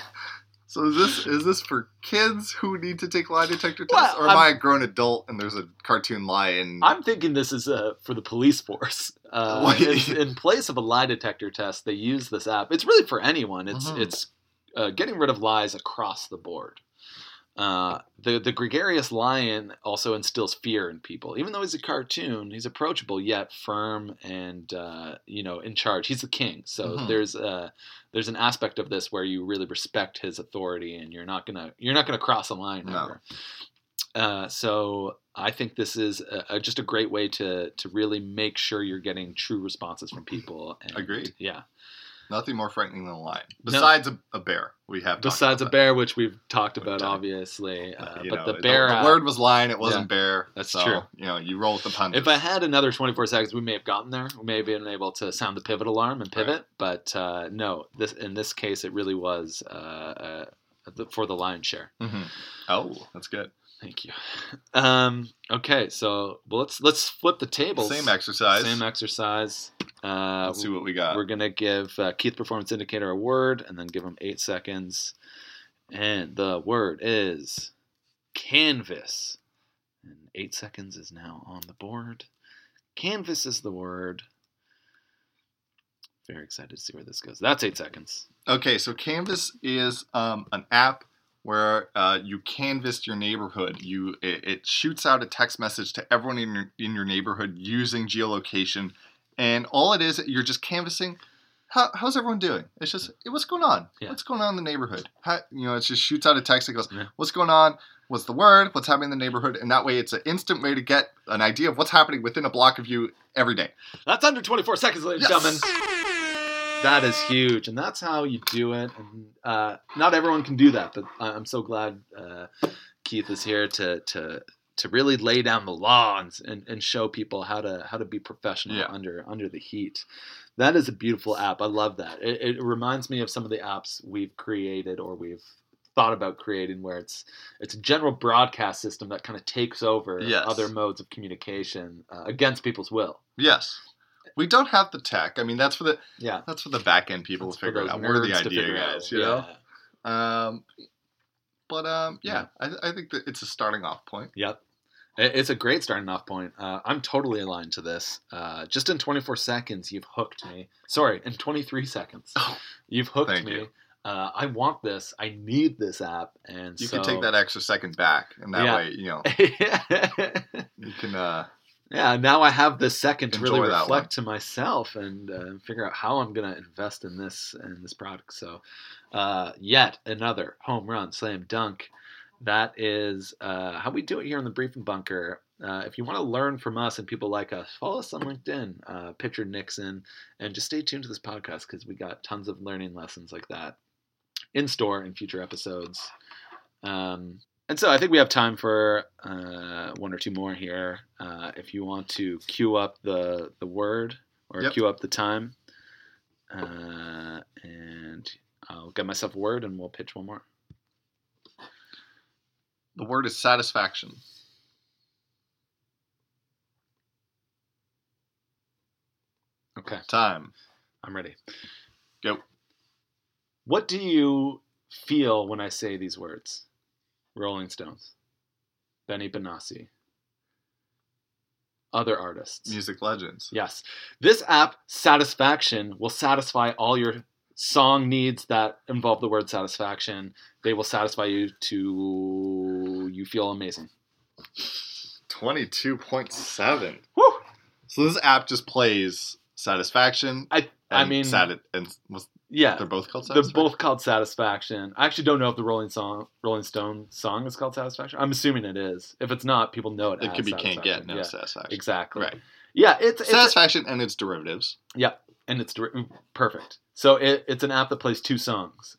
Speaker 1: So is this is this for kids who need to take lie detector tests,
Speaker 2: Well,
Speaker 1: or am
Speaker 2: I'm-
Speaker 1: I a grown adult and there's a cartoon lion?
Speaker 2: I'm thinking this is uh, for the police force. Uh,
Speaker 1: Wait.
Speaker 2: it's- in place of a lie detector test, they use this app. It's really for anyone. It's
Speaker 1: Mhm.
Speaker 2: it's uh, getting rid of lies across the board. Uh, the the gregarious lion also instills fear in people. Even though he's a cartoon, he's approachable yet firm and uh, you know in charge. He's the king, so
Speaker 1: Mhm.
Speaker 2: there's uh, there's an aspect of this where you really respect his authority, and you're not gonna you're not gonna cross a line.
Speaker 1: No.
Speaker 2: ever. Uh, so I think this is a, a, just a great way to to really make sure you're getting true responses from
Speaker 1: Mm-hmm.
Speaker 2: people. And,
Speaker 1: Agreed.
Speaker 2: Yeah.
Speaker 1: Nothing more frightening than a lion, besides a, a bear. We have talked
Speaker 2: Besides a
Speaker 1: about
Speaker 2: bear, which we've talked about,
Speaker 1: talked-
Speaker 2: obviously, uh,
Speaker 1: You
Speaker 2: but
Speaker 1: know,
Speaker 2: the bear.
Speaker 1: The,
Speaker 2: app-
Speaker 1: word was lion. It wasn't bear.
Speaker 2: That's
Speaker 1: so,
Speaker 2: true.
Speaker 1: You know, you roll with the punches.
Speaker 2: if I had another 24 seconds, we may have gotten there. We may have been able to sound the pivot alarm and pivot, but uh, no. This in this case, it really was uh, uh, the, for the lion's share.
Speaker 1: Mhm. Oh, that's good.
Speaker 2: Thank you. Um, okay, so well, let's let's flip the tables.
Speaker 1: Same exercise.
Speaker 2: Same exercise. Uh,
Speaker 1: Let's see what we got.
Speaker 2: We're gonna give uh, Keith Performance Indicator a word, and then give him eight seconds. And the word is canvas. And eight seconds is now on the board. Canvas is the word. Very excited to see where this goes. That's eight seconds.
Speaker 1: Okay, so Canvas is um, an app where uh, you canvassed your neighborhood. You it, it shoots out a text message to everyone in your in your neighborhood using geolocation, and all it is you're just canvassing. How, how's everyone doing? It's just hey, what's going on.
Speaker 2: Yeah.
Speaker 1: What's going on in the neighborhood? How, you know, it just shoots out a text. It goes,
Speaker 2: Yeah.
Speaker 1: what's going on? What's the word? What's happening in the neighborhood? And that way, it's an instant way to get an idea of what's happening within a block of you every day.
Speaker 2: That's under 24 seconds, ladies and
Speaker 1: Yes.
Speaker 2: gentlemen. That is huge, and that's how you do it. And uh, not everyone can do that, but I- I'm so glad uh, Keith is here to to to really lay down the law and, and, and show people how to how to be professional
Speaker 1: Yeah.
Speaker 2: under under the heat. That is a beautiful app. I love that. It, it reminds me of some of the apps we've created or we've thought about creating, where it's it's a general broadcast system that kind of takes over
Speaker 1: Yes.
Speaker 2: other modes of communication uh, against people's will.
Speaker 1: Yes. We don't have the tech. I mean, that's for the
Speaker 2: Yeah.
Speaker 1: that's for the back end people
Speaker 2: That's
Speaker 1: to
Speaker 2: for
Speaker 1: figure it
Speaker 2: those
Speaker 1: out. We're the
Speaker 2: nerds to
Speaker 1: idea
Speaker 2: figure out.
Speaker 1: guys, you know. Um, but um, yeah, I, I think that it's a starting off point.
Speaker 2: Yep. It- It's a great starting off point. Uh, I'm totally aligned to this. Uh, just in 24 seconds, you've hooked me. Sorry, in 23 seconds,
Speaker 1: Oh,
Speaker 2: you've hooked
Speaker 1: thank
Speaker 2: me.
Speaker 1: you.
Speaker 2: Uh, I want this. I need this app. And
Speaker 1: You can take that extra second back, and that
Speaker 2: Yeah.
Speaker 1: way, you know,
Speaker 2: that.
Speaker 1: you can. Uh,
Speaker 2: yeah. Now I have this second to really
Speaker 1: Enjoy that one.
Speaker 2: reflect to myself and uh, figure out how I'm going to invest in this and this product. So, uh, yet another home run, slam dunk. That is uh, how we do it here in the briefing bunker. Uh, if you want to learn from us and people like us, follow us on LinkedIn, uh, Picture Nixon, and just stay tuned to this podcast because we got tons of learning lessons like that in store in future episodes. Um, and so I think we have time for uh, one or two more here. Uh, if you want to queue up the the word or
Speaker 1: Yep.
Speaker 2: queue up the time, uh, and I'll get myself a word and we'll pitch one more.
Speaker 1: the word is satisfaction.
Speaker 2: Okay,
Speaker 1: Time.
Speaker 2: I'm ready.
Speaker 1: Go.
Speaker 2: What do you feel when I say these words? Rolling Stones, Benny Benassi, other artists.
Speaker 1: Music legends.
Speaker 2: Yes. This app, Satisfaction, will satisfy all your song needs that involve the word satisfaction. They will satisfy you to you feel amazing.
Speaker 1: Twenty-two point seven.
Speaker 2: Woo!
Speaker 1: So this app just plays satisfaction.
Speaker 2: I I
Speaker 1: and
Speaker 2: mean
Speaker 1: sati- and what's,
Speaker 2: yeah.
Speaker 1: they're both called
Speaker 2: They're
Speaker 1: satisfaction.
Speaker 2: both called Satisfaction. I actually don't know if the Rolling Song Rolling Stone song is called Satisfaction. I'm assuming it is. If it's not, people know it.
Speaker 1: It
Speaker 2: as
Speaker 1: could be can't get
Speaker 2: Satisfaction.
Speaker 1: no
Speaker 2: yeah,
Speaker 1: satisfaction.
Speaker 2: Exactly.
Speaker 1: Right.
Speaker 2: Yeah, it's, it's
Speaker 1: Satisfaction and its derivatives.
Speaker 2: yeah, and it's dir- perfect. So it, it's an app that plays two songs.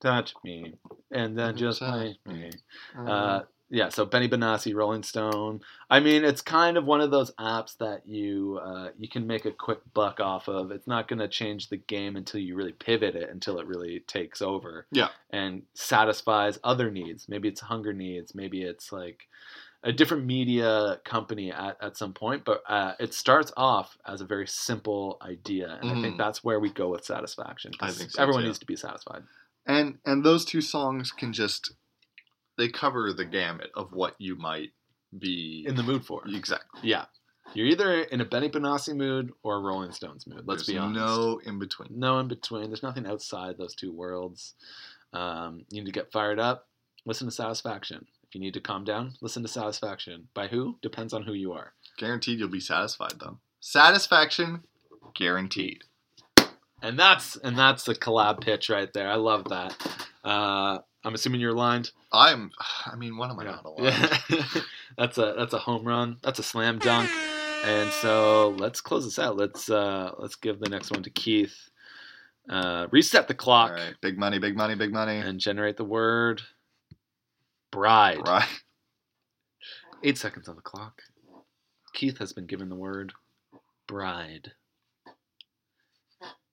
Speaker 2: Touch me, and then just play me. Uh,
Speaker 1: Um,
Speaker 2: yeah, so Benny Benassi, Rolling Stone. I mean, it's kind of one of those apps that you uh, you can make a quick buck off of. It's not going to change the game until you really pivot it, until it really takes over.
Speaker 1: Yeah.
Speaker 2: and satisfies other needs. Maybe it's hunger needs. Maybe it's like a different media company at, at some point. But uh, it starts off as a very simple idea, and I think
Speaker 1: Mm.
Speaker 2: that's where we go with satisfaction. 'cause
Speaker 1: I think so,
Speaker 2: everyone
Speaker 1: too.
Speaker 2: needs to be satisfied.
Speaker 1: and and those two songs can just they cover the gamut of what you might be
Speaker 2: In the mood for it.
Speaker 1: exactly
Speaker 2: Yeah. You're either in a Benny Benassi mood or a Rolling Stones mood. Let's
Speaker 1: There's
Speaker 2: be honest.
Speaker 1: no in between
Speaker 2: no in between. There's nothing outside those two worlds. Um, you need to get fired up. Listen to Satisfaction. If you need to calm down, listen to Satisfaction. By who depends on who you are.
Speaker 1: guaranteed you'll be satisfied though satisfaction guaranteed
Speaker 2: And that's and that's the collab pitch right there. I love that. Uh, I'm assuming you're aligned.
Speaker 1: i'm i mean what am i not allowed
Speaker 2: Yeah. that's a that's a home run. That's a slam dunk. And so let's close this out. Let's uh, let's give the next one to Keith. Uh, reset the
Speaker 1: all
Speaker 2: clock
Speaker 1: right big money big money big money
Speaker 2: and generate the word bride.
Speaker 1: right
Speaker 2: Eight seconds on the clock. Keith has been given the word bride.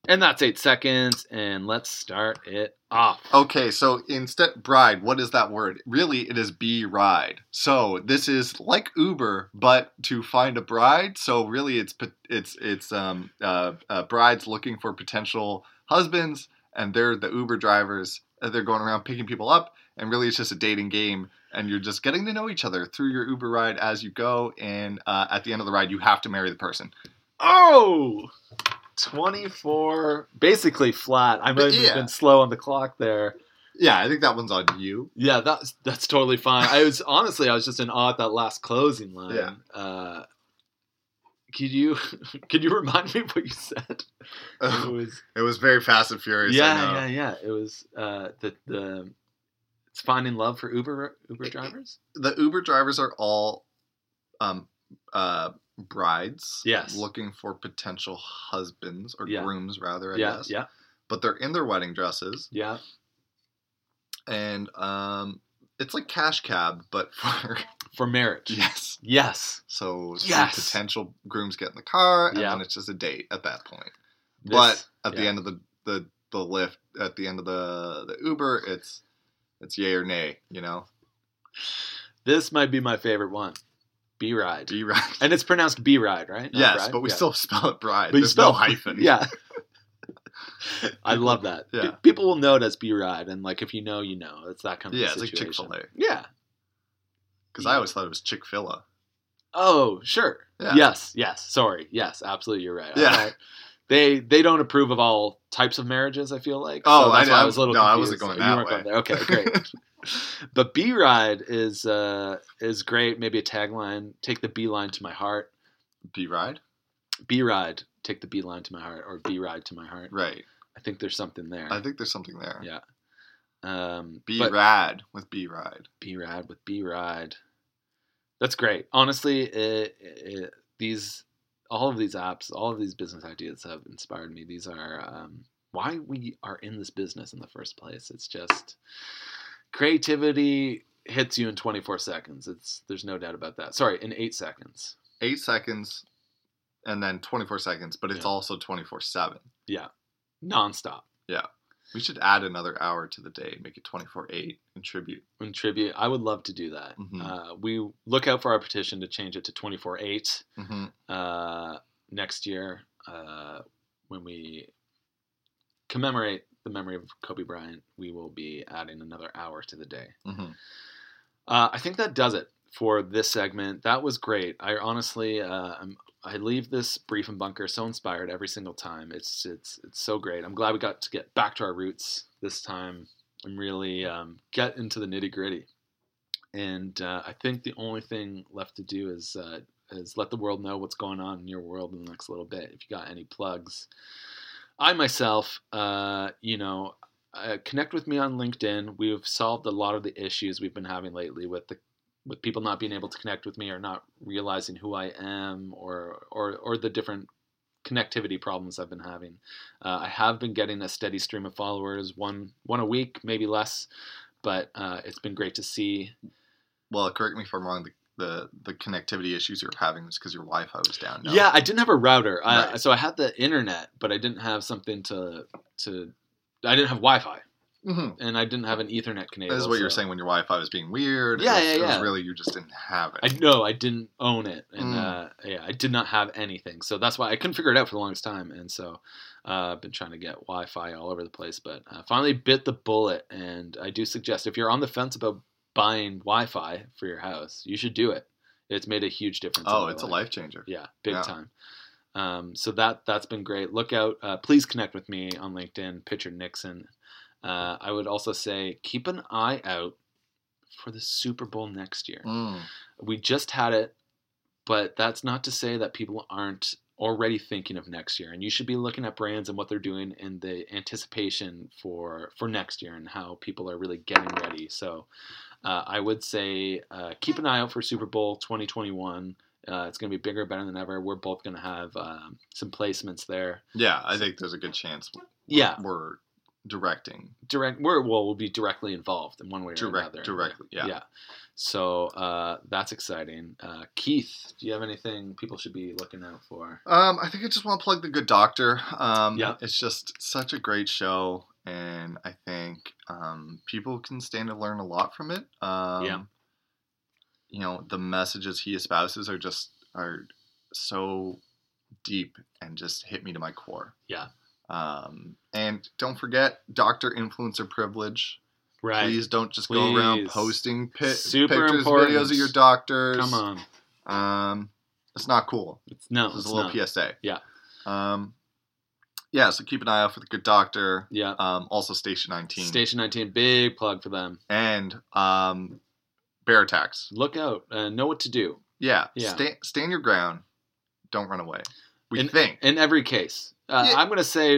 Speaker 2: And that's eight seconds, and let's start it off.
Speaker 1: okay so instead bride what is that word really it is be ride so this is like uber but to find a bride so really it's pot- it's it's um uh, uh brides looking for potential husbands and they're the uber drivers and they're going around picking people up and really it's just a dating game and you're just getting to know each other through your uber ride as you go and uh, at the end of the ride you have to marry the person
Speaker 2: Oh! 24, basically flat. I might have
Speaker 1: Yeah.
Speaker 2: been slow on the clock there.
Speaker 1: Yeah, I think that one's on you.
Speaker 2: Yeah, that's that's totally fine. I was honestly, I was just in awe at that last closing line.
Speaker 1: Yeah.
Speaker 2: Uh, could you could you remind me what you said? It was
Speaker 1: It was very Fast and Furious. Oh, I know.
Speaker 2: yeah, yeah, yeah. It was uh, the the it's finding love for Uber Uber drivers.
Speaker 1: the Uber drivers are all um, uh, brides.
Speaker 2: Yes.
Speaker 1: Looking for potential husbands or
Speaker 2: Yeah.
Speaker 1: grooms, rather, I
Speaker 2: yeah,
Speaker 1: guess.
Speaker 2: yeah,
Speaker 1: But they're in their wedding dresses.
Speaker 2: yeah.
Speaker 1: And um, it's like cash cab, but for.
Speaker 2: For marriage.
Speaker 1: yes.
Speaker 2: Yes.
Speaker 1: So some
Speaker 2: Yes.
Speaker 1: potential grooms get in the car, and
Speaker 2: Yeah.
Speaker 1: then it's just a date at that point.
Speaker 2: This-
Speaker 1: but at the
Speaker 2: yeah.
Speaker 1: end of the, the, the lift, at the end of the, the Uber, it's it's yay or nay, you know?
Speaker 2: This might be my favorite one. B ride.
Speaker 1: Do you right?
Speaker 2: And it's pronounced B ride, right? Not
Speaker 1: yes,
Speaker 2: bride?
Speaker 1: but we
Speaker 2: Yeah.
Speaker 1: still spell it bride.
Speaker 2: But you
Speaker 1: There's
Speaker 2: spell
Speaker 1: no hyphen.
Speaker 2: Yeah. I love that.
Speaker 1: Yeah.
Speaker 2: Pe- People will know it as B ride, and like if you know, you know. It's that kind of
Speaker 1: Yeah, it's like
Speaker 2: situation.
Speaker 1: Chick-fil-A.
Speaker 2: Yeah.
Speaker 1: Because I always thought it was Chick Fil A.
Speaker 2: Oh, sure.
Speaker 1: Yeah.
Speaker 2: Yes, yes. Sorry. Yes, absolutely. You're right.
Speaker 1: Yeah.
Speaker 2: I- they they don't approve of all types of marriages. I feel like.
Speaker 1: Oh, I-
Speaker 2: that's why
Speaker 1: I-
Speaker 2: I was a little.
Speaker 1: no, I wasn't
Speaker 2: confused.
Speaker 1: going that
Speaker 2: You weren't
Speaker 1: way.
Speaker 2: there. Okay, great. but B ride is uh is great. Maybe a tagline: "Take the B line to my heart."
Speaker 1: B Ride?
Speaker 2: B ride, take the B line to my heart, or B ride to my heart.
Speaker 1: Right.
Speaker 2: I think there's something there.
Speaker 1: I think there's something there.
Speaker 2: Yeah. Um,
Speaker 1: B
Speaker 2: but-
Speaker 1: Rad with B Ride.
Speaker 2: B Rad with B Ride. That's great. Honestly, it, it, these all of these apps, all of these business ideas have inspired me. These are um, why we are in this business in the first place. It's just creativity hits you in 24 seconds. It's there's no doubt about that. Sorry, in eight seconds.
Speaker 1: Eight seconds and then 24 seconds, but it's
Speaker 2: Yeah.
Speaker 1: also 24 7.
Speaker 2: Yeah, nonstop.
Speaker 1: We should add another hour to the day, make it 24 8 and tribute.
Speaker 2: In tribute, I would love to do that.
Speaker 1: Mhm.
Speaker 2: Uh, we look out for our petition to change it to 24 eight.
Speaker 1: hmm
Speaker 2: uh, next year uh, when we commemorate the memory of Kobe Bryant, we will be adding another hour to the day.
Speaker 1: hmm
Speaker 2: Uh, I think that does it for this segment. That was great. I honestly, uh, I'm, I leave this brief and bunker so inspired every single time. It's it's it's so great. I'm glad we got to get back to our roots this time and really um, get into the nitty gritty. And uh, I think the only thing left to do is uh, is let the world know what's going on in your world in the next little bit. If you got any plugs, I myself, uh, you know, uh, connect with me on LinkedIn. We've solved a lot of the issues we've been having lately with the with people not being able to connect with me or not realizing who I am or or or the different connectivity problems I've been having. Uh, I have been getting a steady stream of followers, one one a week, maybe less, but uh, it's been great to see.
Speaker 1: Well, correct me if I'm wrong. The, the, the connectivity issues you're having is because your Wi Fi was down. no?
Speaker 2: Yeah, I didn't have a router, I,
Speaker 1: Right.
Speaker 2: so I had the internet, but I didn't have something to to. I didn't have Wi-Fi,
Speaker 1: Mhm.
Speaker 2: and I didn't have an Ethernet connection.
Speaker 1: That is what you're saying when your Wi Fi was being weird. it
Speaker 2: Yeah,
Speaker 1: was,
Speaker 2: yeah,
Speaker 1: it was
Speaker 2: yeah.
Speaker 1: really, you just didn't have
Speaker 2: I
Speaker 1: it.
Speaker 2: know I didn't own it, and
Speaker 1: Mm.
Speaker 2: uh, yeah, I did not have anything, so that's why I couldn't figure it out for the longest time. And so uh, I've been trying to get Wi-Fi all over the place, but uh, finally bit the bullet. And I do suggest if you're on the fence about buying Wi-Fi for your house, you should do it. It's made a huge difference. in
Speaker 1: oh,
Speaker 2: my
Speaker 1: it's a life changer.
Speaker 2: Yeah, big
Speaker 1: Yeah.
Speaker 2: time. Um, so that that's been great. Look out! Uh, please connect with me on LinkedIn. Pitcher Nixon. Uh, I would also say keep an eye out for the Super Bowl next year.
Speaker 1: Mm.
Speaker 2: We just had it, but that's not to say that people aren't already thinking of next year. And you should be looking at brands and what they're doing in the anticipation for for next year and how people are really getting ready. So uh, I would say uh, keep an eye out for Super Bowl 2021. Uh, it's going to be bigger, better than ever. We're both going to have um, some placements there.
Speaker 1: Yeah, I think there's a good chance
Speaker 2: Yeah,
Speaker 1: we're directing.
Speaker 2: direct. We're well, we'll be directly involved in one way or
Speaker 1: Direct,
Speaker 2: another.
Speaker 1: directly, yeah.
Speaker 2: So uh, that's exciting. Uh, Keith, do you have anything people should be looking out for?
Speaker 1: Um, I think I just want to plug The Good Doctor. Um,
Speaker 2: Yeah.
Speaker 1: It's just such a great show, and I think um, people can stand to learn a lot from it. Um,
Speaker 2: Yeah.
Speaker 1: You know, the messages he espouses are just are so deep and just hit me to my core.
Speaker 2: Yeah.
Speaker 1: Um, and don't forget Doctor Influencer Privilege.
Speaker 2: Right.
Speaker 1: Please don't just go around
Speaker 2: Please.
Speaker 1: posting pi-
Speaker 2: Super
Speaker 1: pictures,
Speaker 2: important.
Speaker 1: videos of your doctors.
Speaker 2: Come on.
Speaker 1: Um, it's not cool.
Speaker 2: It's no.
Speaker 1: This is
Speaker 2: it's
Speaker 1: a little
Speaker 2: not.
Speaker 1: PSA.
Speaker 2: Yeah.
Speaker 1: Um, Yeah, so keep an eye out for the Good Doctor.
Speaker 2: Yeah.
Speaker 1: Um, also Station 19
Speaker 2: Station 19, big plug for them.
Speaker 1: and um, bear attacks.
Speaker 2: Look out, uh, know what to do.
Speaker 1: Yeah.
Speaker 2: Yeah.
Speaker 1: Sta- stand your ground. Don't run away. We
Speaker 2: in,
Speaker 1: think
Speaker 2: in every case. Uh,
Speaker 1: Yeah.
Speaker 2: I'm gonna say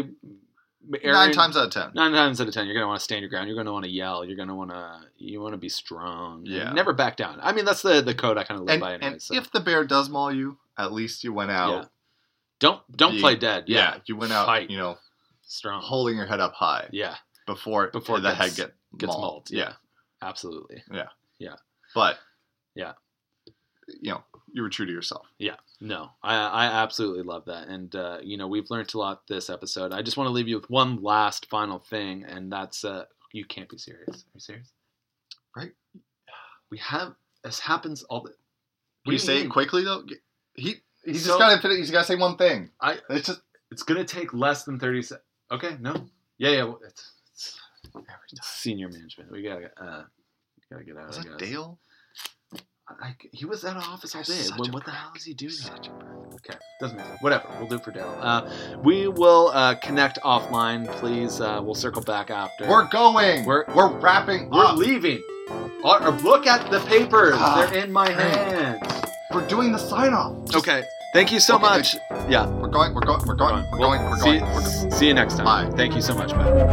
Speaker 2: Aaron,
Speaker 1: nine times out of ten.
Speaker 2: nine times out of ten, you're gonna want to stand your ground. You're gonna want to yell. You're gonna want to you want to be strong.
Speaker 1: Yeah.
Speaker 2: never back down. I mean, that's the the code I kind of live
Speaker 1: and
Speaker 2: by. Anyway,
Speaker 1: and
Speaker 2: so.
Speaker 1: if the bear does maul you, at least you went out.
Speaker 2: Yeah. don't don't
Speaker 1: being-
Speaker 2: play dead. Yeah,
Speaker 1: you went out.
Speaker 2: Fight.
Speaker 1: You know,
Speaker 2: strong.
Speaker 1: holding your head up high
Speaker 2: yeah,
Speaker 1: before
Speaker 2: Before
Speaker 1: before
Speaker 2: it
Speaker 1: the
Speaker 2: gets-
Speaker 1: head get
Speaker 2: gets mauled.
Speaker 1: mauled.
Speaker 2: Yeah, absolutely.
Speaker 1: but
Speaker 2: Yeah.
Speaker 1: you know, you were true to yourself.
Speaker 2: No, I, I absolutely love that. And, uh, you know, we've learned a lot this episode. I just want to leave you with one last final thing, and that's uh, you can't be serious. Are you serious?
Speaker 1: Right.
Speaker 2: We have, this happens all the
Speaker 1: Will you say it quickly though? G- He he's
Speaker 2: So-
Speaker 1: just gotta finish, he's gotta say one thing.
Speaker 2: I-
Speaker 1: it's just
Speaker 2: It's going to take less than 30 seconds. Okay, no. Yeah, yeah. well, It's, it's senior management. We got to uh, gotta get out
Speaker 1: was
Speaker 2: of
Speaker 1: that Dale?
Speaker 2: I, he was out of office all
Speaker 1: You're
Speaker 2: day.
Speaker 1: such
Speaker 2: What,
Speaker 1: a
Speaker 2: what the
Speaker 1: prick.
Speaker 2: hell is he doing?
Speaker 1: Such a
Speaker 2: Okay, doesn't matter. Whatever. We'll do it for Dale. Uh, we will uh, connect offline, please. Uh, we'll circle back after.
Speaker 1: We're going.
Speaker 2: We're-
Speaker 1: We're we're wrapping
Speaker 2: We're
Speaker 1: up.
Speaker 2: leaving. Or, or look at the papers.
Speaker 1: Ah,
Speaker 2: They're in my
Speaker 1: great.
Speaker 2: hands.
Speaker 1: we're doing the sign off.
Speaker 2: Okay. Thank you so
Speaker 1: Okay,
Speaker 2: much. Yeah.
Speaker 1: We're going. We're going. We're going. We're
Speaker 2: Well,
Speaker 1: going. We're
Speaker 2: see,
Speaker 1: going. We're going.
Speaker 2: see you next time.
Speaker 1: Bye.
Speaker 2: Thank you so much. Bye.